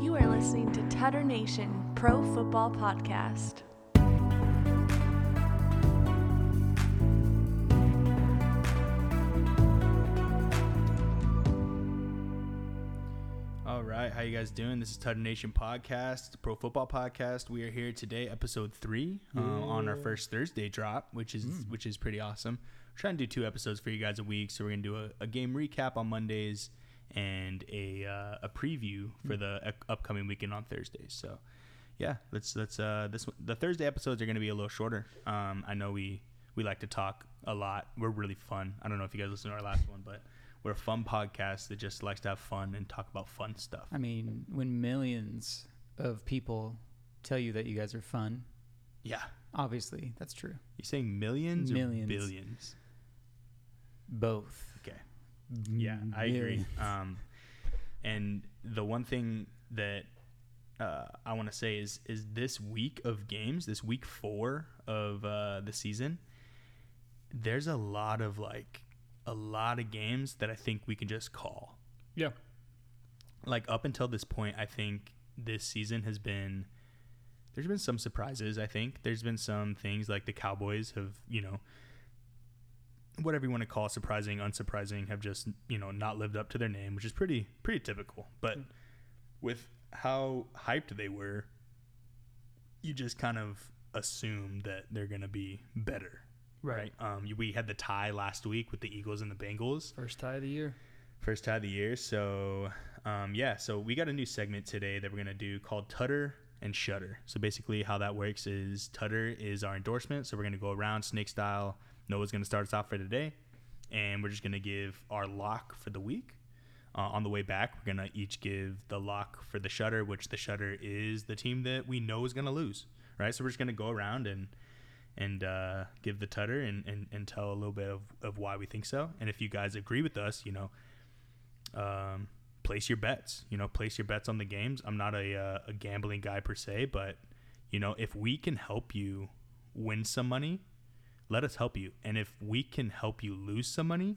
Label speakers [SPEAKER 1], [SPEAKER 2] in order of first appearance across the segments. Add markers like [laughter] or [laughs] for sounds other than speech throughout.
[SPEAKER 1] You are listening to Tutter Nation Pro Football Podcast.
[SPEAKER 2] All right, how you guys doing? This is Tutter Nation Podcast, the Pro Football Podcast. We are here today, episode three, uh, on our first Thursday drop, which is which is pretty awesome. We're trying to do two episodes for you guys a week, so we're gonna do a, a game recap on Mondays and a uh, a preview for the ec- upcoming weekend on Thursdays. So, yeah, let's let's uh, this one- the Thursday episodes are gonna be a little shorter. Um, I know we we like to talk a lot. We're really fun. I don't know if you guys listened to our last one, but. We're a fun podcast that just likes to have fun and talk about fun stuff.
[SPEAKER 3] I mean, when millions of people tell you that you guys are fun,
[SPEAKER 2] Yeah.
[SPEAKER 3] obviously that's true.
[SPEAKER 2] You're saying millions,
[SPEAKER 3] Millions.
[SPEAKER 2] or billions?
[SPEAKER 3] Both.
[SPEAKER 2] Okay. Yeah, I agree.
[SPEAKER 3] Millions.
[SPEAKER 2] Um, and the one thing that uh, I want to say is is this week of games, this week four of uh, the season, there's a lot of like a lot of games that I think we can just call.
[SPEAKER 4] Yeah.
[SPEAKER 2] like up until this point, I think this season has been there's been some surprises, I think. There's been some things like the Cowboys have, you know, whatever you want to call surprising, unsurprising, have just, you know, not lived up to their name, which is pretty pretty typical. But with how hyped they were, you just kind of assume that they're going to be better.
[SPEAKER 4] Right.
[SPEAKER 2] Um, we had the tie last week with the Eagles and the Bengals
[SPEAKER 4] First tie of the year.
[SPEAKER 2] first tie of the year. So, um, yeah, so we got a new segment today that we're going to do called Tutter and Shutter. So, basically, how that works is Tutter is our endorsement. So, we're going to go around snake style. Noah's going to start us off for today. And we're just going to give our lock for the week. Uh, on the way back, we're going to each give the lock for the shutter, which the shutter is the team that we know is going to lose. Right. So, we're just going to go around and and uh, give the tutter and, and, and tell a little bit of, of why we think so. And if you guys agree with us, you know, um, place your bets. You know, place your bets on the games. I'm not a, uh, a gambling guy per se, but you know, if we can help you win some money, let us help you. And if we can help you lose some money,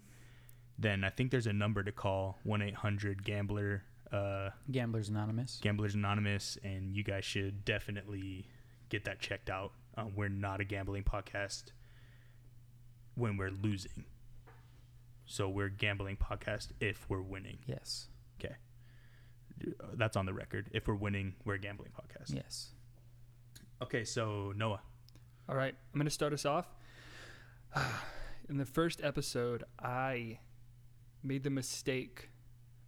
[SPEAKER 2] then I think there's a number to call one eight hundred gambler uh,
[SPEAKER 3] Gamblers Anonymous.
[SPEAKER 2] Gamblers Anonymous, and you guys should definitely get that checked out. Um, we're not a gambling podcast when we're losing. So we're a gambling podcast if we're winning.
[SPEAKER 3] Yes.
[SPEAKER 2] Okay. Uh, That's on the record. If we're winning, we're a gambling podcast.
[SPEAKER 3] Yes.
[SPEAKER 2] Okay, so Noah.
[SPEAKER 4] All right. I'm going to start us off. [sighs] In the first episode, I made the mistake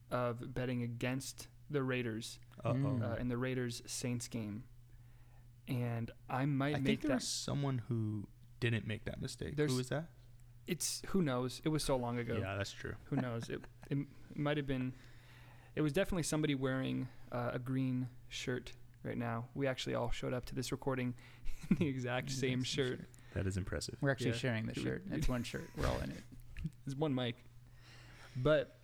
[SPEAKER 4] of betting against the Raiders
[SPEAKER 2] Uh-oh.
[SPEAKER 3] Mm.
[SPEAKER 4] uh, in the Raiders Saints game. And I might
[SPEAKER 2] I think
[SPEAKER 4] make
[SPEAKER 2] there
[SPEAKER 4] that.
[SPEAKER 2] was someone who didn't make that mistake.
[SPEAKER 4] There's-
[SPEAKER 2] who was that?
[SPEAKER 4] It's who knows. It was so long ago.
[SPEAKER 2] Yeah, that's true.
[SPEAKER 4] Who knows? It, it m- might have been. It was definitely somebody wearing uh, a green shirt right now. We actually all showed up to this recording [laughs] in the exact
[SPEAKER 2] Mm,
[SPEAKER 4] same shirt.
[SPEAKER 2] That is impressive.
[SPEAKER 3] We're actually
[SPEAKER 4] Yeah.
[SPEAKER 3] sharing the
[SPEAKER 4] Should we-
[SPEAKER 3] shirt. It's one shirt. We're all in it.
[SPEAKER 4] It's one mic. But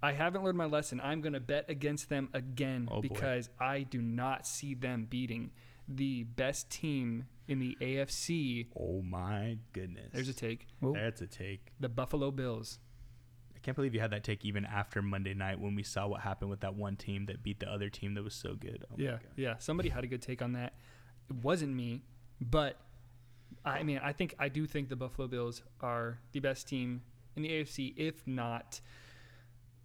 [SPEAKER 4] I haven't learned my lesson. I'm going to bet against them again
[SPEAKER 2] Oh, boy.
[SPEAKER 4] because I do not see them beating the best team in the AFC.
[SPEAKER 2] Oh my goodness.
[SPEAKER 4] There's a take.
[SPEAKER 3] Whoa.
[SPEAKER 2] That's a take.
[SPEAKER 4] The Buffalo Bills.
[SPEAKER 2] I can't believe you had that take even after Monday night when we saw what happened with that one team that beat the other team that was so good. Oh my
[SPEAKER 4] yeah,
[SPEAKER 2] God.
[SPEAKER 4] yeah. Somebody had a good take on that. It wasn't me, but I mean, I think I do think the Buffalo Bills are the best team in the AFC, if not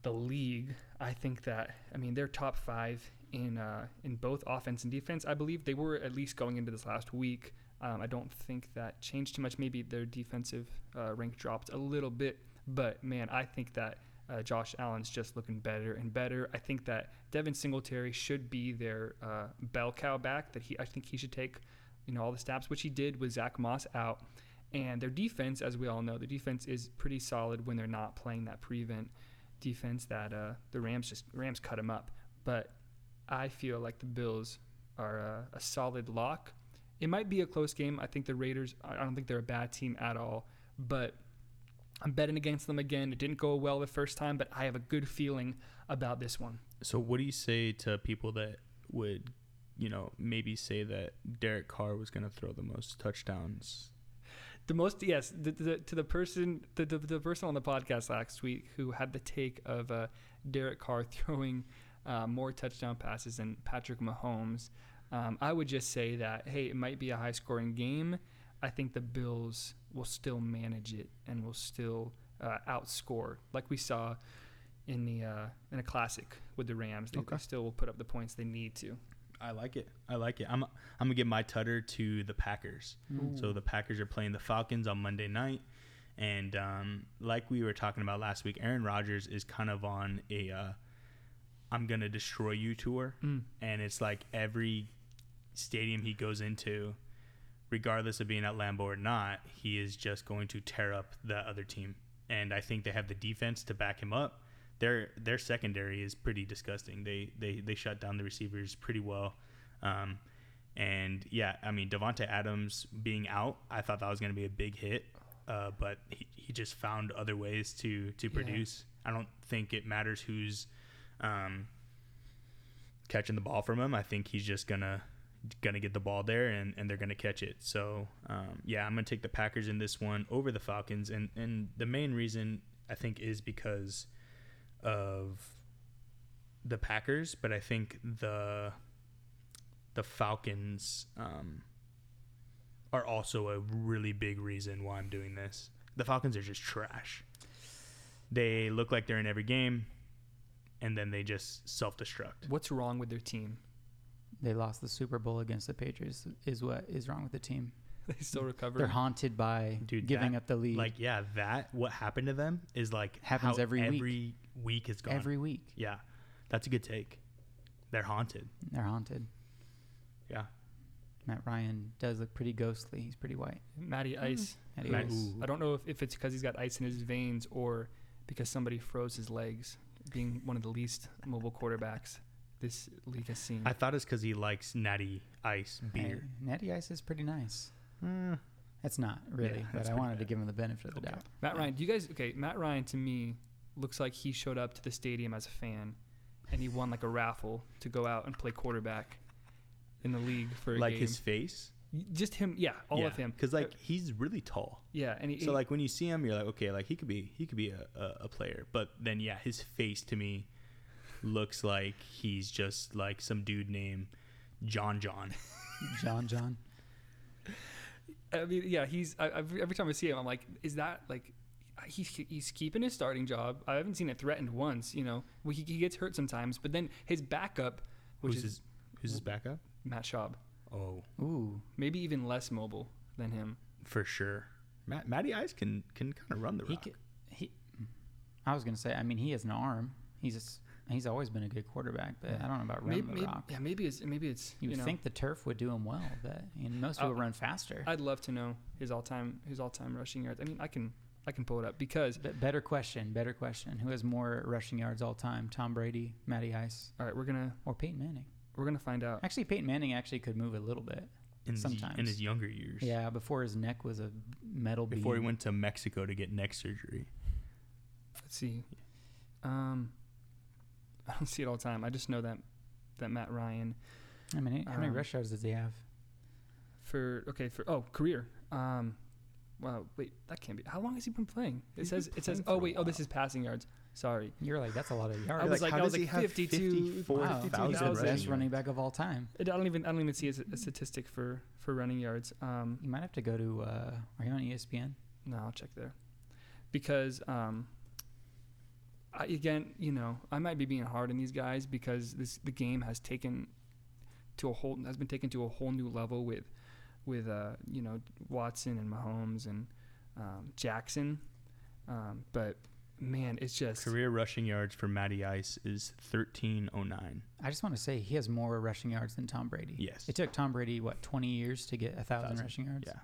[SPEAKER 4] the league. I think that I mean they're top five in uh, in both offense and defense. I believe they were at least going into this last week. Um, I don't think that changed too much. Maybe their defensive uh, rank dropped a little bit, but man, I think that uh, Josh Allen's just looking better and better. I think that Devin Singletary should be their uh, bell cow back. That he, I think he should take, you know, all the snaps, which he did with Zach Moss out. And their defense, as we all know, their defense is pretty solid when they're not playing that prevent defense that uh, the Rams just Rams cut him up. But I feel like the Bills are a, a solid lock. It might be a close game. I think the Raiders. I I don't think they're a bad team at all. But I'm betting against them again. It didn't go well the first time, but I have a good feeling about this one.
[SPEAKER 2] So what do you say to people that would, you know, maybe say that Derek Carr was going to throw the most touchdowns?
[SPEAKER 4] The most yes, the, the, to the person, the, the, the person on the podcast last week who had the take of uh, Derek Carr [laughs] throwing uh, more touchdown passes than Patrick Mahomes. Um, I would just say that hey, it might be a high scoring game. I think the Bills will still manage it and will still uh, outscore, like we saw in the uh, in a classic with the Rams. They,
[SPEAKER 2] Okay.
[SPEAKER 4] they still will put up the points they need to.
[SPEAKER 2] I like it. I like it. I'm I'm gonna give my tutter to the Packers. So the Packers are playing the Falcons on Monday night, and um, like we were talking about last week, Aaron Rodgers is kind of on a uh, "I'm gonna destroy you" tour, and it's like every stadium he goes into, regardless of being at Lambeau or not, he is just going to tear up the other team. And I think they have the defense to back him up. Their their secondary is pretty disgusting. They they they shut down the receivers pretty well. Um, and yeah, I mean Devonte Adams being out, I thought that was going to be a big hit, uh, but he, he just found other ways to to produce. I don't think it matters who's um, catching the ball from him. I think he's just gonna gonna get the ball there and, and they're gonna catch it. So um, yeah, I'm gonna take the Packers in this one over the Falcons, and and the main reason I think is because of the Packers, but I think the the Falcons um, are also a really big reason why I'm doing this. The Falcons are just trash. They look like they're in every game, and then they just self destruct.
[SPEAKER 4] What's wrong with
[SPEAKER 2] [laughs]
[SPEAKER 4] their team?
[SPEAKER 3] They lost the Super Bowl against the Patriots. Is what is wrong with the team?
[SPEAKER 4] They still recover.
[SPEAKER 3] They're haunted by
[SPEAKER 2] Dude,
[SPEAKER 3] giving
[SPEAKER 2] that-
[SPEAKER 3] up the lead
[SPEAKER 2] Like yeah, that what happened to them is like
[SPEAKER 3] Happens
[SPEAKER 2] how
[SPEAKER 3] every week.
[SPEAKER 2] every week is gone.
[SPEAKER 3] every week.
[SPEAKER 2] yeah, that's a good take. They're haunted.
[SPEAKER 3] They're haunted.
[SPEAKER 2] Yeah,
[SPEAKER 3] Matt Ryan does look pretty ghostly. He's pretty white.
[SPEAKER 2] Hmm.
[SPEAKER 4] Matty Ice.
[SPEAKER 3] Matty
[SPEAKER 2] Matt-
[SPEAKER 3] Ice.
[SPEAKER 2] Ooh.
[SPEAKER 4] I don't know if, if it's because he's got ice in his veins or because somebody froze his legs, being one of the least mobile quarterbacks this league has seen.
[SPEAKER 2] I thought it's because he likes natty ice beer.
[SPEAKER 3] Hey, Natty Ice is pretty nice.
[SPEAKER 2] Mm,
[SPEAKER 3] That's not really,
[SPEAKER 2] Yeah, that's
[SPEAKER 3] but I
[SPEAKER 2] pretty
[SPEAKER 3] wanted to
[SPEAKER 2] bad.
[SPEAKER 3] give him the benefit of the doubt.
[SPEAKER 4] Matt Ryan, do you guys okay? Matt Ryan to me looks like he showed up to the stadium as a fan, and he won like a raffle to go out and play quarterback in the league for a
[SPEAKER 2] like
[SPEAKER 4] game.
[SPEAKER 2] his face.
[SPEAKER 4] just him, yeah, all of him,
[SPEAKER 2] Because
[SPEAKER 4] Uh,
[SPEAKER 2] like he's really tall.
[SPEAKER 4] yeah, and he,
[SPEAKER 2] So
[SPEAKER 4] he-
[SPEAKER 2] like when you see him, you're like, okay, like he could be he could be a, a, a player. But then yeah, his face to me looks like he's just like some dude named John John.
[SPEAKER 3] John, John.
[SPEAKER 4] I mean, yeah, he's I, I've- every time I see him, I'm like, is that like he's he's keeping his starting job? I haven't seen it threatened once. You know, well, he, he gets hurt sometimes, but then his backup, which
[SPEAKER 2] who's
[SPEAKER 4] is
[SPEAKER 2] his who's his backup?
[SPEAKER 4] Matt Schaub,
[SPEAKER 2] Oh,
[SPEAKER 3] Ooh,
[SPEAKER 4] maybe even less mobile than him.
[SPEAKER 2] for sure. Matt Matty Ice can can kind of run the
[SPEAKER 3] he
[SPEAKER 2] rock.
[SPEAKER 3] could, he. I was gonna say. I mean, he has an arm. He's just, he's always been a good quarterback, but I don't know about running
[SPEAKER 4] Maybe,
[SPEAKER 3] the
[SPEAKER 4] maybe,
[SPEAKER 3] rock.
[SPEAKER 4] yeah, maybe it's maybe it's
[SPEAKER 3] You
[SPEAKER 4] you,
[SPEAKER 3] would
[SPEAKER 4] know,
[SPEAKER 3] think the turf would do him well, but and most people
[SPEAKER 4] Uh,
[SPEAKER 3] run faster.
[SPEAKER 4] I'd love to know his all time his all time rushing yards. I mean, I can I can pull it up because
[SPEAKER 3] But better question, better question. Who has more rushing yards all time, Tom Brady, Matty Ice,
[SPEAKER 4] all right, we're gonna
[SPEAKER 3] or Peyton Manning?
[SPEAKER 4] we're gonna find out.
[SPEAKER 3] Actually, Peyton Manning actually could move a little bit.
[SPEAKER 2] in, His, in
[SPEAKER 3] sometimes.
[SPEAKER 2] his younger years.
[SPEAKER 3] Yeah, before his neck was a metal
[SPEAKER 2] Before he
[SPEAKER 3] beam.
[SPEAKER 2] went to Mexico to get neck surgery.
[SPEAKER 4] Let's see. Um, [laughs] I don't see it all the time. I just know that that Matt Ryan
[SPEAKER 3] I mean, how many
[SPEAKER 4] um,
[SPEAKER 3] rush yards does he have?
[SPEAKER 4] for okay for oh career um wow wait that can't be how long has he been playing it
[SPEAKER 2] He's
[SPEAKER 4] says
[SPEAKER 2] been
[SPEAKER 4] it says
[SPEAKER 2] playing
[SPEAKER 4] oh
[SPEAKER 2] for a
[SPEAKER 4] wait oh this
[SPEAKER 2] while.
[SPEAKER 4] is passing yards sorry
[SPEAKER 3] You're like that's a lot of yards.
[SPEAKER 4] I was like- I was like, 52
[SPEAKER 3] wow, he's
[SPEAKER 2] 54,000
[SPEAKER 3] the
[SPEAKER 4] rushing
[SPEAKER 3] best running back of all time.
[SPEAKER 4] i don't even i don't even see a, s- a statistic for for running yards um
[SPEAKER 3] You might have to go to. Uh, are you on ESPN?
[SPEAKER 4] no i'll check there because um I, again you know i might be being hard on these guys because this the game has taken to a whole has been taken to a whole new level with with uh you know watson and mahomes and um, jackson um but man it's just
[SPEAKER 2] Career rushing yards for Matty Ice is 1309.
[SPEAKER 3] I just want to say he has more rushing yards than Tom Brady.
[SPEAKER 2] Yes.
[SPEAKER 3] It took Tom Brady what 20 years to get a thousand
[SPEAKER 2] Thousand,
[SPEAKER 3] rushing yards.
[SPEAKER 2] Yeah.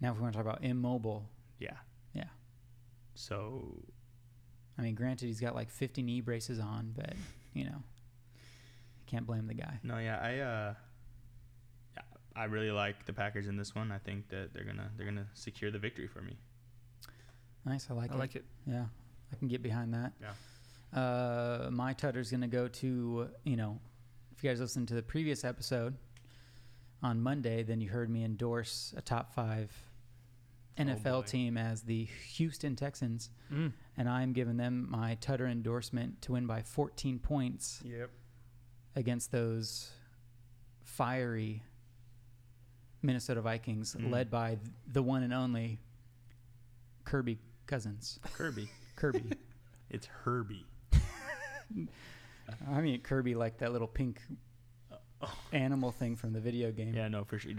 [SPEAKER 3] Now, if we want to talk about immobile,
[SPEAKER 2] Yeah.
[SPEAKER 3] Yeah.
[SPEAKER 2] So
[SPEAKER 3] I mean, granted, he's got like 50 knee braces on, but you know, can't blame the guy.
[SPEAKER 2] no, yeah, I uh, yeah, I really like the Packers in this one. I think that they're gonna they're gonna secure the victory for me.
[SPEAKER 3] Nice, I like
[SPEAKER 4] I
[SPEAKER 3] it.
[SPEAKER 4] like it.
[SPEAKER 3] Yeah, I can get behind that. Yeah. Uh, my tutter's gonna go to you know, if you guys listened to the previous episode on Monday, then you heard me endorse a top five NFL
[SPEAKER 2] Oh, boy.
[SPEAKER 3] team as the Houston Texans,
[SPEAKER 4] Mm.
[SPEAKER 3] and I'm giving them my Tutter endorsement to win by 14 points
[SPEAKER 4] Yep.
[SPEAKER 3] against those fiery Minnesota Vikings,
[SPEAKER 2] Mm.
[SPEAKER 3] led by th- the one and only Kirby Cousins. [laughs]
[SPEAKER 2] Kirby. [laughs]
[SPEAKER 3] Kirby.
[SPEAKER 2] It's Herbie.
[SPEAKER 3] I mean Kirby, like that little pink animal thing from the video game.
[SPEAKER 2] Yeah, no, for sure.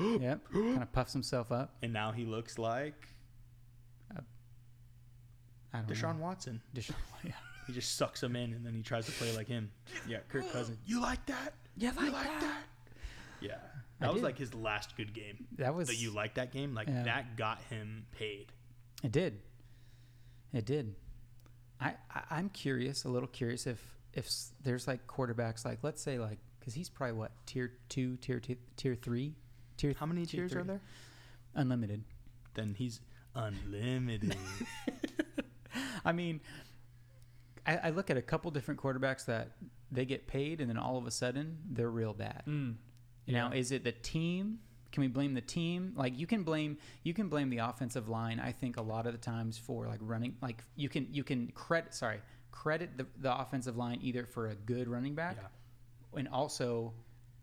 [SPEAKER 3] Yep.
[SPEAKER 2] [gasps]
[SPEAKER 3] kind of puffs himself up.
[SPEAKER 2] And now he looks like
[SPEAKER 3] I don't
[SPEAKER 2] Deshaun
[SPEAKER 3] know.
[SPEAKER 2] Watson.
[SPEAKER 3] Deshaun. [laughs] Yeah.
[SPEAKER 2] He just sucks him in, and then he tries to play like him. Yeah, Kirk Cousins. You like that?
[SPEAKER 3] You like that?
[SPEAKER 2] Yeah,
[SPEAKER 3] I
[SPEAKER 2] that was
[SPEAKER 3] did.
[SPEAKER 2] like his last good game.
[SPEAKER 3] That was.
[SPEAKER 2] That you like that game? Like
[SPEAKER 3] Yeah.
[SPEAKER 2] that got him paid.
[SPEAKER 3] It did. It did. I, I I'm curious, a little curious if if s- there's like quarterbacks like let's say like because he's probably what tier two, tier two, tier three, tier
[SPEAKER 2] How many
[SPEAKER 3] two,
[SPEAKER 2] tiers are
[SPEAKER 3] three.
[SPEAKER 2] there?
[SPEAKER 3] Unlimited.
[SPEAKER 2] Then he's
[SPEAKER 3] [laughs]
[SPEAKER 2] unlimited.
[SPEAKER 3] I mean, I, I look at a couple different quarterbacks that they get paid and then all of a sudden they're real bad.
[SPEAKER 4] Mm.
[SPEAKER 3] Now, is it the team? Can we blame the team? Like you can blame you can blame the offensive line. I think a lot of the times for like running, like you can you can credit sorry credit the, the offensive line either for a good running back
[SPEAKER 2] Yeah.
[SPEAKER 3] and also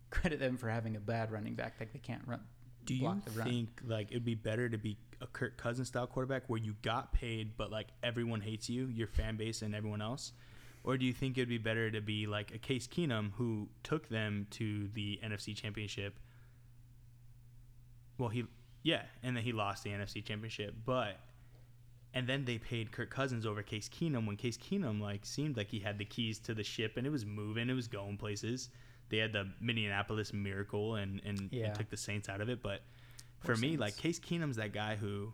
[SPEAKER 3] credit them for having a bad running back like they can't run.
[SPEAKER 2] Do you
[SPEAKER 3] block the run.
[SPEAKER 2] think like it'd be better to be a Kirk Cousins style quarterback where you got paid but like everyone hates you, your fan base and everyone else? Or do you think it'd be better to be like a Case Keenum who took them to the NFC Championship? Well, he yeah, and then he lost the NFC Championship, but and then they paid Kirk Cousins over Case Keenum when Case Keenum like seemed like he had the keys to the ship and it was moving, it was going places. They had the Minneapolis Miracle and and,
[SPEAKER 3] Yeah.
[SPEAKER 2] and took the Saints out of it, but for
[SPEAKER 3] Poor
[SPEAKER 2] me,
[SPEAKER 3] Saints.
[SPEAKER 2] like Case Keenum's that guy who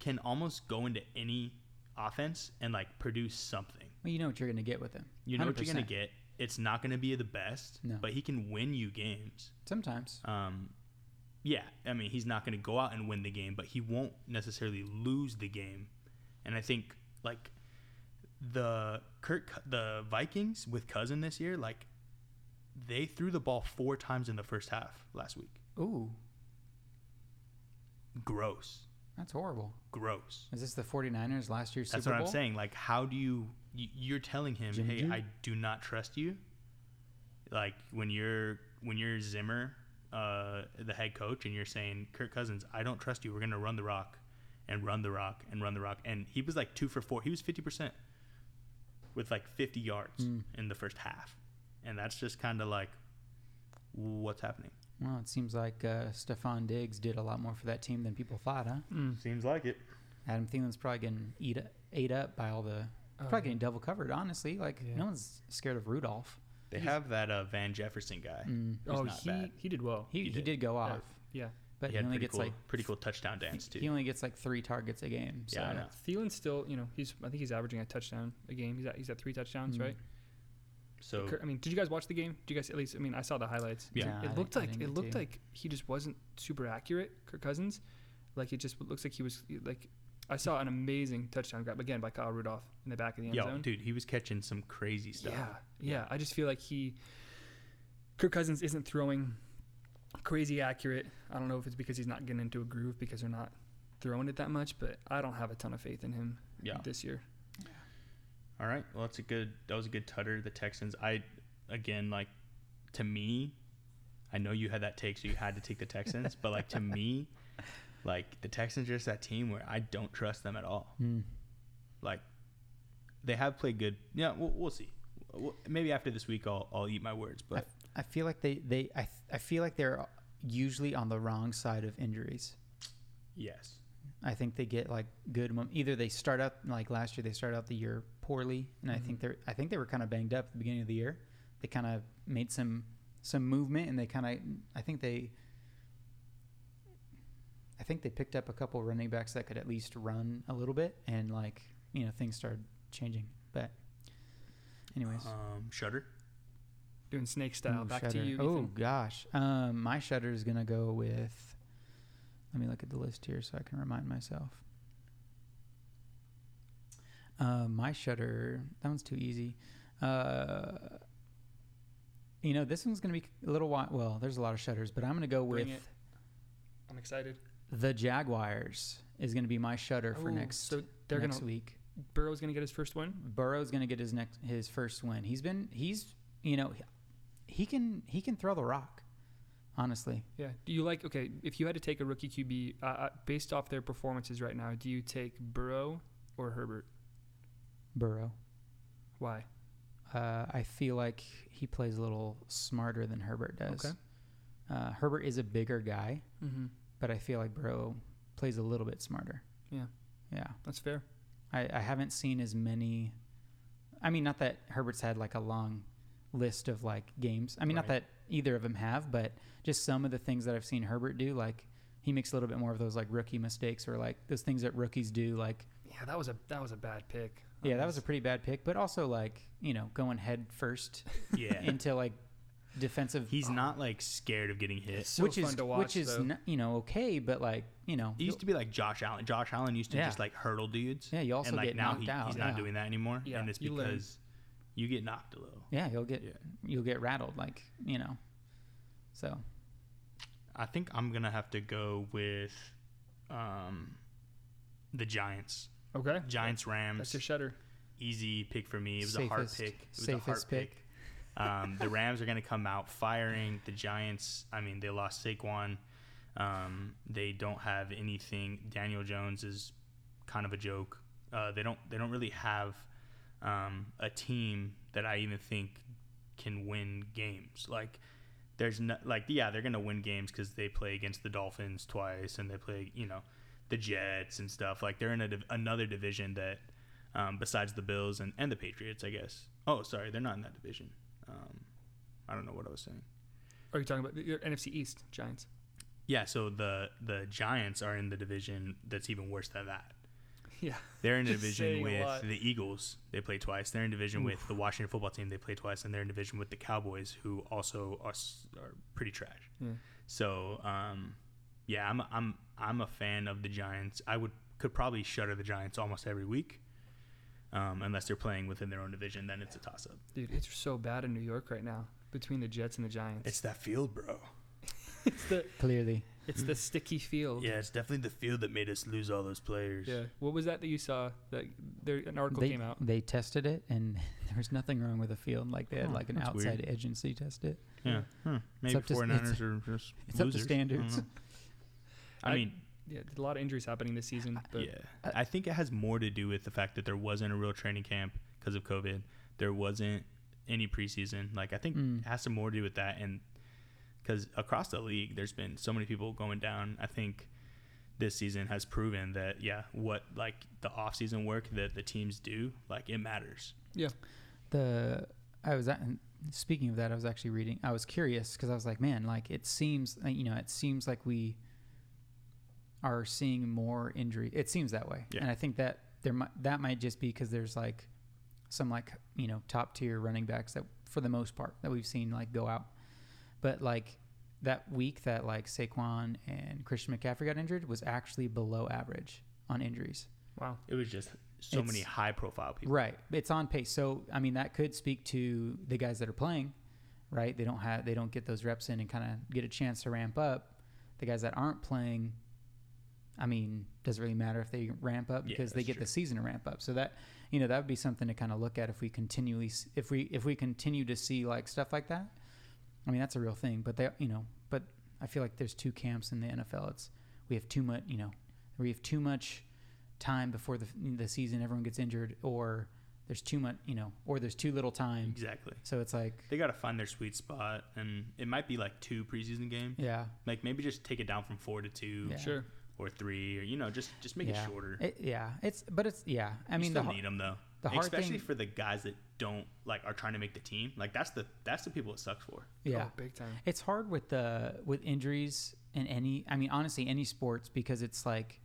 [SPEAKER 2] can almost go into any offense and like produce something.
[SPEAKER 3] Well, you know what you're going to get with them.
[SPEAKER 2] You know what you're gonna
[SPEAKER 3] 100%.
[SPEAKER 2] get. It's not gonna be the best,
[SPEAKER 3] No.
[SPEAKER 2] but he can win you games.
[SPEAKER 3] Sometimes
[SPEAKER 2] Um, yeah, I mean he's not gonna go out and win the game, but he won't necessarily lose the game. And I think like the Kirk the Vikings with Cousin this year, like they threw the ball four times in the first half last week.
[SPEAKER 3] ooh,
[SPEAKER 2] Gross.
[SPEAKER 3] that's horrible.
[SPEAKER 2] Gross.
[SPEAKER 3] Is this the 49ers last year's
[SPEAKER 2] That's
[SPEAKER 3] Super
[SPEAKER 2] what
[SPEAKER 3] Bowl?
[SPEAKER 2] I'm saying. Like, how do you? y- You're telling him,
[SPEAKER 3] Jim
[SPEAKER 2] "Hey,
[SPEAKER 3] Jim?
[SPEAKER 2] I do not trust you." Like when you're when you're Zimmer, uh, the head coach, and you're saying, "Kirk Cousins, I don't trust you. We're gonna run the rock, and run the rock, and run the rock." And he was like two for four. He was fifty percent with like fifty yards
[SPEAKER 3] Hmm.
[SPEAKER 2] in the first half, and that's just kind of like what's happening.
[SPEAKER 3] Well, it seems like uh, Stefan Diggs did a lot more for that team than people thought, huh?
[SPEAKER 2] Seems like it.
[SPEAKER 3] Adam Thielen's probably getting eat up, ate up by all the. probably
[SPEAKER 4] Oh.
[SPEAKER 3] getting double covered, honestly. Like,
[SPEAKER 4] Yeah.
[SPEAKER 3] no one's scared of Rudolph.
[SPEAKER 2] They have that uh, Van Jefferson guy.
[SPEAKER 3] Hmm.
[SPEAKER 2] who's
[SPEAKER 4] oh,
[SPEAKER 2] not
[SPEAKER 4] he
[SPEAKER 2] bad.
[SPEAKER 4] he did well.
[SPEAKER 3] He, he,
[SPEAKER 2] He
[SPEAKER 3] did.
[SPEAKER 2] did.
[SPEAKER 3] go off,
[SPEAKER 4] yeah.
[SPEAKER 3] but
[SPEAKER 2] He
[SPEAKER 3] he,
[SPEAKER 2] had
[SPEAKER 3] only
[SPEAKER 2] pretty
[SPEAKER 3] gets
[SPEAKER 2] cool,
[SPEAKER 3] like
[SPEAKER 2] pretty cool touchdown dance too.
[SPEAKER 3] he only gets like three targets a game. So.
[SPEAKER 2] Yeah, I know.
[SPEAKER 4] Thielen's still, you know, he's I think he's averaging a touchdown a game. He's at he's at three touchdowns,
[SPEAKER 3] Mm.
[SPEAKER 4] right?
[SPEAKER 2] So
[SPEAKER 4] Kir- I mean, did you guys watch the game? Did you guys at least? I mean, I saw the highlights.
[SPEAKER 2] Yeah.
[SPEAKER 3] Nah, I
[SPEAKER 4] it looked
[SPEAKER 3] didn't- I
[SPEAKER 4] like
[SPEAKER 3] didn't
[SPEAKER 4] it
[SPEAKER 3] get
[SPEAKER 4] looked
[SPEAKER 3] to.
[SPEAKER 4] like he just wasn't super accurate. Kirk Cousins, like it just looks like he was like I saw an amazing touchdown grab again by Kyle Rudolph in the back of the end
[SPEAKER 2] Yo,
[SPEAKER 4] zone.
[SPEAKER 2] dude, he was catching some crazy stuff.
[SPEAKER 4] Yeah, yeah. I just feel like he, Kirk Cousins isn't throwing crazy accurate. I don't know if it's because he's not getting into a groove because they're not throwing it that much, but I don't have a ton of faith in him
[SPEAKER 2] Yeah.
[SPEAKER 4] this year.
[SPEAKER 2] All right. Well, that's a good. That was a good tutter. The Texans. I, again, like, to me, I know you had that take, so you had to take the Texans. but like to me, like the Texans are just that team where I don't trust them at all.
[SPEAKER 3] Hmm.
[SPEAKER 2] Like, they have played good. Yeah, we'll, we'll see. We'll- Maybe after this week, I'll I'll eat my words. But
[SPEAKER 3] I feel like they they I, th- I feel like they're usually on the wrong side of injuries.
[SPEAKER 2] yes,
[SPEAKER 3] I think they get like good mom- either they start out like last year they start out the year poorly and I think they're I think they were kind of banged up at the beginning of the year. They kind of made some some movement and they kind of I think they I think they picked up a couple running backs that could at least run a little bit and like you know things started changing. But anyways,
[SPEAKER 2] um,
[SPEAKER 3] [laughs]
[SPEAKER 2] Shutter.
[SPEAKER 4] Doing snake style.
[SPEAKER 3] Ooh,
[SPEAKER 4] Back
[SPEAKER 3] Shudder.
[SPEAKER 4] to you.
[SPEAKER 3] Oh
[SPEAKER 4] Ethan.
[SPEAKER 3] gosh, um, my shutter is gonna go with. Let me look at the list here so I can remind myself. Uh, my shutter. That one's too easy. Uh, you know, this one's gonna be a little while. Well, there's a lot of shutters, but I'm gonna go
[SPEAKER 4] Bring
[SPEAKER 3] with
[SPEAKER 4] it. I'm excited.
[SPEAKER 3] the Jaguars is going to be my shutter for
[SPEAKER 4] Ooh,
[SPEAKER 3] next
[SPEAKER 4] so they're
[SPEAKER 3] next
[SPEAKER 4] gonna-
[SPEAKER 3] week.
[SPEAKER 4] Burrow's gonna get his first win.
[SPEAKER 3] Burrow's going to get his next his first win. He's been he's you know he can he can throw the rock. Honestly,
[SPEAKER 4] Yeah. Do you like okay? If you had to take a rookie QB uh, uh, based off their performances right now, do you take Burrow or Herbert?
[SPEAKER 3] Burrow.
[SPEAKER 4] Why?
[SPEAKER 3] Uh, I feel like he plays a little smarter than Herbert does.
[SPEAKER 4] Okay.
[SPEAKER 3] Uh, Herbert is a bigger guy,
[SPEAKER 4] Mm-hmm.
[SPEAKER 3] but I feel like Burrow plays a little bit smarter.
[SPEAKER 4] Yeah.
[SPEAKER 3] Yeah.
[SPEAKER 4] That's fair.
[SPEAKER 3] I, I haven't seen as many. I mean, not that Herbert's had like a long list of like games. I mean, not
[SPEAKER 2] Right.
[SPEAKER 3] that either of them have, but just some of the things that I've seen Herbert do, like he makes a little bit more of those like rookie mistakes or like those things that rookies do. Like,
[SPEAKER 4] Yeah, that was a that was a bad pick.
[SPEAKER 3] yeah, that was a pretty bad pick, but also like, you know, going head first
[SPEAKER 2] Yeah.
[SPEAKER 3] into like defensive.
[SPEAKER 2] He's not like scared of getting hit.
[SPEAKER 4] It's so
[SPEAKER 3] which
[SPEAKER 4] fun
[SPEAKER 3] is
[SPEAKER 4] to watch.
[SPEAKER 3] which is
[SPEAKER 4] though.
[SPEAKER 3] n- you know okay, but like you know
[SPEAKER 2] He used to be like Josh Allen. Josh Allen used to
[SPEAKER 3] Yeah.
[SPEAKER 2] just like hurdle dudes.
[SPEAKER 3] Yeah, you also
[SPEAKER 2] and, like,
[SPEAKER 3] get
[SPEAKER 2] now
[SPEAKER 3] knocked
[SPEAKER 2] he,
[SPEAKER 3] out,
[SPEAKER 2] He's
[SPEAKER 3] yeah.
[SPEAKER 2] not doing that anymore.
[SPEAKER 4] Yeah,
[SPEAKER 2] and it's
[SPEAKER 4] you learn.
[SPEAKER 2] because you get knocked a little.
[SPEAKER 3] yeah you'll get
[SPEAKER 2] Yeah.
[SPEAKER 3] you'll get rattled like you know, so
[SPEAKER 2] I think I'm gonna have to go with um the Giants.
[SPEAKER 4] okay.
[SPEAKER 2] Giants
[SPEAKER 4] That's
[SPEAKER 2] Rams.
[SPEAKER 4] your shutter.
[SPEAKER 2] easy pick for me. It was a hard
[SPEAKER 3] Safest-
[SPEAKER 2] pick. It was a hard
[SPEAKER 3] safest
[SPEAKER 2] pick.
[SPEAKER 3] pick.
[SPEAKER 2] Um, the Rams are going to come out firing. The Giants, I mean, they lost Saquon. Um, they don't have anything. Daniel Jones is kind of a joke. Uh, they don't. They don't really have um, a team that I even think can win games. Like there's no like yeah, they're gonna win games because they play against the Dolphins twice and they play you know the Jets and stuff. Like they're in a div- another division that um, besides the Bills and and the Patriots, I guess. Oh, sorry, they're not in that division. Um, I don't know what I was saying.
[SPEAKER 4] Are you talking about the your NFC East Giants?
[SPEAKER 2] Yeah, so the the Giants are in the division that's even worse than that.
[SPEAKER 4] [laughs] Yeah. [laughs]
[SPEAKER 2] They're in a
[SPEAKER 4] Just
[SPEAKER 2] division
[SPEAKER 4] saying a
[SPEAKER 2] with
[SPEAKER 4] lot.
[SPEAKER 2] the Eagles. They play twice. They're in division with the Washington football team. They play twice, and they're in division with the Cowboys, who also are, s- are pretty trash.
[SPEAKER 4] Yeah.
[SPEAKER 2] So, um, yeah, I'm I'm I'm a fan of the Giants. I would could probably shutter the Giants almost every week, um, unless they're playing within their own division. Then it's a toss up.
[SPEAKER 4] Dude, it's so bad in New York right now between the Jets and the Giants.
[SPEAKER 2] It's that field, bro.
[SPEAKER 4] It's the
[SPEAKER 3] clearly
[SPEAKER 4] it's the sticky field.
[SPEAKER 2] Yeah, it's definitely the field that made us lose all those players.
[SPEAKER 4] Yeah. What was that that you saw? That there an article
[SPEAKER 3] they,
[SPEAKER 4] came out.
[SPEAKER 3] They tested it, and [laughs] there was nothing wrong with the field. Like they had
[SPEAKER 2] Huh,
[SPEAKER 3] like an
[SPEAKER 2] that's weird.
[SPEAKER 3] outside agency test it.
[SPEAKER 2] yeah. Huh. Hmm. Maybe
[SPEAKER 3] Hmm. up to-
[SPEAKER 2] 49ers are just
[SPEAKER 3] it's up to
[SPEAKER 2] losers. Uh-huh. Mm-hmm. I don't
[SPEAKER 3] standards.
[SPEAKER 2] know. I
[SPEAKER 4] I-
[SPEAKER 2] mean,
[SPEAKER 4] Yeah, a lot of injuries happening this season. But
[SPEAKER 2] yeah. I think it has more to do with the fact that there wasn't a real training camp because of COVID. There wasn't any preseason. Like I think
[SPEAKER 3] Mm.
[SPEAKER 2] it has some more to do with that, and because across the league, there's been so many people going down. I think this season has proven that yeah, what like the off season work that the teams do, like it matters.
[SPEAKER 3] The I was at, speaking of that. I was actually reading. I was curious because I was like, man, like it seems uh, you know it seems like we are seeing more injury. It seems that way,
[SPEAKER 2] Yeah.
[SPEAKER 3] and I think that there might that might just be because there's like some like you know top tier running backs that for the most part that we've seen like go out, but like. That week that like Saquon and Christian McCaffrey got injured was actually below average on injuries.
[SPEAKER 4] wow.
[SPEAKER 2] It was just so many
[SPEAKER 3] It's-
[SPEAKER 2] high profile people.
[SPEAKER 3] Right. It's on pace. So I mean that could speak to the guys that are playing, right? They don't have they don't get those reps in and kind of get a chance to ramp up. The guys that aren't playing I mean, doesn't really matter if they ramp up
[SPEAKER 2] Yeah,
[SPEAKER 3] because they
[SPEAKER 2] that's
[SPEAKER 3] get
[SPEAKER 2] true.
[SPEAKER 3] the season to ramp up. So that you know, that would be something to kind of look at if we continually s- if we if we continue to see like stuff like that. I mean, that's a real thing, but they you know, but I feel like there's two camps in the NFL. It's we have too much, you know, we have too much time before the the season everyone gets injured or there's too much, you know, or there's too little time.
[SPEAKER 2] Exactly.
[SPEAKER 3] So it's like
[SPEAKER 2] They got to find their sweet spot, and it might be like two preseason games.
[SPEAKER 3] yeah.
[SPEAKER 2] Like maybe just take it down from four to two
[SPEAKER 3] Yeah.
[SPEAKER 4] Sure.
[SPEAKER 2] or three, or you know, just just make
[SPEAKER 3] yeah.
[SPEAKER 2] it shorter.
[SPEAKER 3] It- yeah, it's but it's yeah. I mean,
[SPEAKER 2] you
[SPEAKER 3] the
[SPEAKER 2] still
[SPEAKER 3] har-
[SPEAKER 2] need them though.
[SPEAKER 3] the hard
[SPEAKER 2] especially
[SPEAKER 3] thing-
[SPEAKER 2] for the guys that don't like are trying to make the team. Like that's the that's the people it sucks for.
[SPEAKER 3] yeah.
[SPEAKER 4] Oh, big time.
[SPEAKER 3] It's hard with the with injuries in any. I mean, honestly, any sports because it's like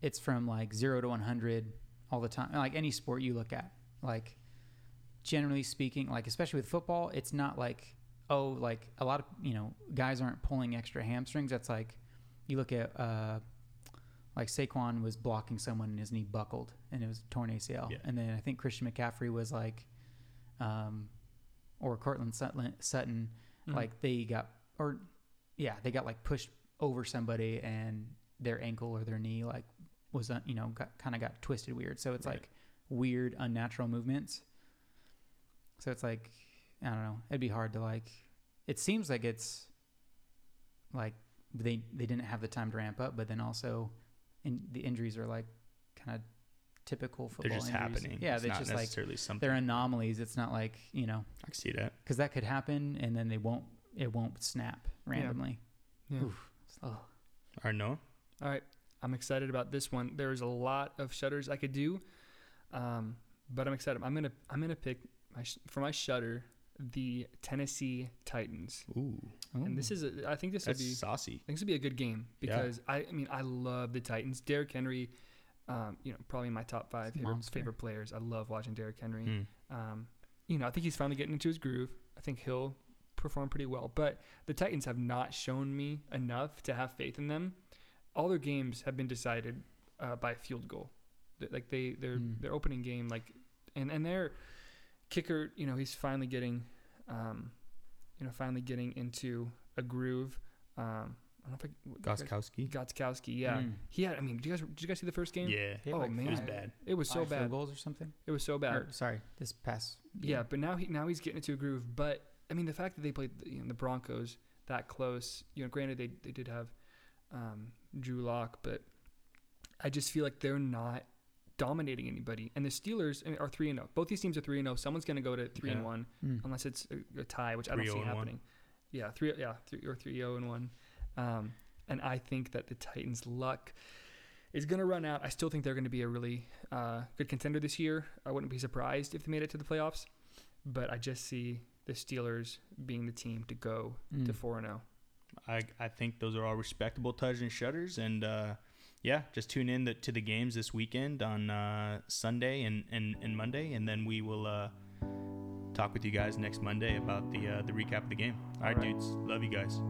[SPEAKER 3] it's from like zero to one hundred all the time. Like any sport you look at, like generally speaking, like especially with football, it's not like oh, like a lot of you know guys aren't pulling extra hamstrings. That's like you look at uh, like Saquon was blocking someone and his knee buckled and it was torn ACL,
[SPEAKER 2] Yeah.
[SPEAKER 3] and then I think Christian McCaffrey was like, um, or Cortland Sutton, Sutton
[SPEAKER 4] Mhm.
[SPEAKER 2] Mm.
[SPEAKER 3] like they got or yeah, they got like pushed over somebody and their ankle or their knee like was uh, you know got, kind of got twisted weird. So it's
[SPEAKER 2] Right.
[SPEAKER 3] like weird unnatural movements. So it's like I don't know. It'd be hard to like. It seems like it's like they they didn't have the time to ramp up, but then also in, the injuries are like kind of typical football.
[SPEAKER 2] They're just
[SPEAKER 3] injuries.
[SPEAKER 2] happening.
[SPEAKER 3] Yeah,
[SPEAKER 2] it's
[SPEAKER 3] they're
[SPEAKER 2] not
[SPEAKER 3] just like
[SPEAKER 2] necessarily something.
[SPEAKER 3] they're anomalies. It's not like you know
[SPEAKER 2] I can see that.
[SPEAKER 3] because that could happen and then they won't it won't snap randomly.
[SPEAKER 4] Yeah.
[SPEAKER 3] Oof. Oh.
[SPEAKER 2] Or no?
[SPEAKER 4] All right, I'm excited about this one. There's a lot of shutters I could do, um, but I'm excited. I'm gonna I'm gonna pick my sh- for my shutter the Tennessee Titans,
[SPEAKER 2] Ooh,
[SPEAKER 4] and this is a, I think this would
[SPEAKER 2] that's
[SPEAKER 4] be
[SPEAKER 2] saucy.
[SPEAKER 4] I think this would be a good game
[SPEAKER 2] Yeah.
[SPEAKER 4] because I, I mean I love the Titans. Derrick Henry, um, you know, probably my top five
[SPEAKER 3] He's a
[SPEAKER 4] favorite,
[SPEAKER 3] monster.
[SPEAKER 4] favorite players. I love watching Derrick Henry.
[SPEAKER 2] Mm.
[SPEAKER 4] Um, you know, I think he's finally getting into his groove. I think he'll perform pretty well. But the Titans have not shown me enough to have faith in them. All their games have been decided uh, by field goal. Th- Like they their
[SPEAKER 3] Mm.
[SPEAKER 4] their opening game like and and their kicker, you know, he's finally getting um, you know, finally getting into a groove. Um, I don't think what-
[SPEAKER 2] Goskowski.
[SPEAKER 4] Gostkowski, yeah.
[SPEAKER 3] Mm.
[SPEAKER 4] He had I mean, did you guys did you guys see the first game?
[SPEAKER 2] Yeah,
[SPEAKER 3] He had,
[SPEAKER 4] oh,
[SPEAKER 3] like,
[SPEAKER 4] man.
[SPEAKER 2] it was
[SPEAKER 3] five-
[SPEAKER 2] bad.
[SPEAKER 4] It was so
[SPEAKER 3] five field
[SPEAKER 4] bad.
[SPEAKER 3] goals or something.
[SPEAKER 4] It was so bad.
[SPEAKER 3] Or, sorry, this pass.
[SPEAKER 4] Yeah, but now he now he's getting into a groove. But I mean, the fact that they played you know, the Broncos that close, you know, granted they they did have um, Drew Lock, but I just feel like they're not dominating anybody. And the Steelers I mean, are three and zero. Both these teams are three and zero. Someone's going to go to three and
[SPEAKER 2] Yeah.
[SPEAKER 4] one
[SPEAKER 3] Mm.
[SPEAKER 4] unless it's a, a tie, which I don't
[SPEAKER 2] 3-0
[SPEAKER 4] see
[SPEAKER 2] and one.
[SPEAKER 4] happening. Yeah, three. Yeah, three or three zero and one. Um, and I think that the Titans' luck is going to run out. I still think they're going to be a really uh, good contender this year. I wouldn't be surprised if they made it to the playoffs, but I just see the Steelers being the team to go to
[SPEAKER 3] Mm.
[SPEAKER 4] four and oh. zero.
[SPEAKER 2] I, I think those are all respectable touch and shutters. And uh, yeah, just tune in the, to the games this weekend on uh, Sunday and, and, and Monday. And then we will uh, talk with you guys next Monday about the, uh, the recap of the game. all right,
[SPEAKER 4] All right.
[SPEAKER 2] dudes. Love you guys.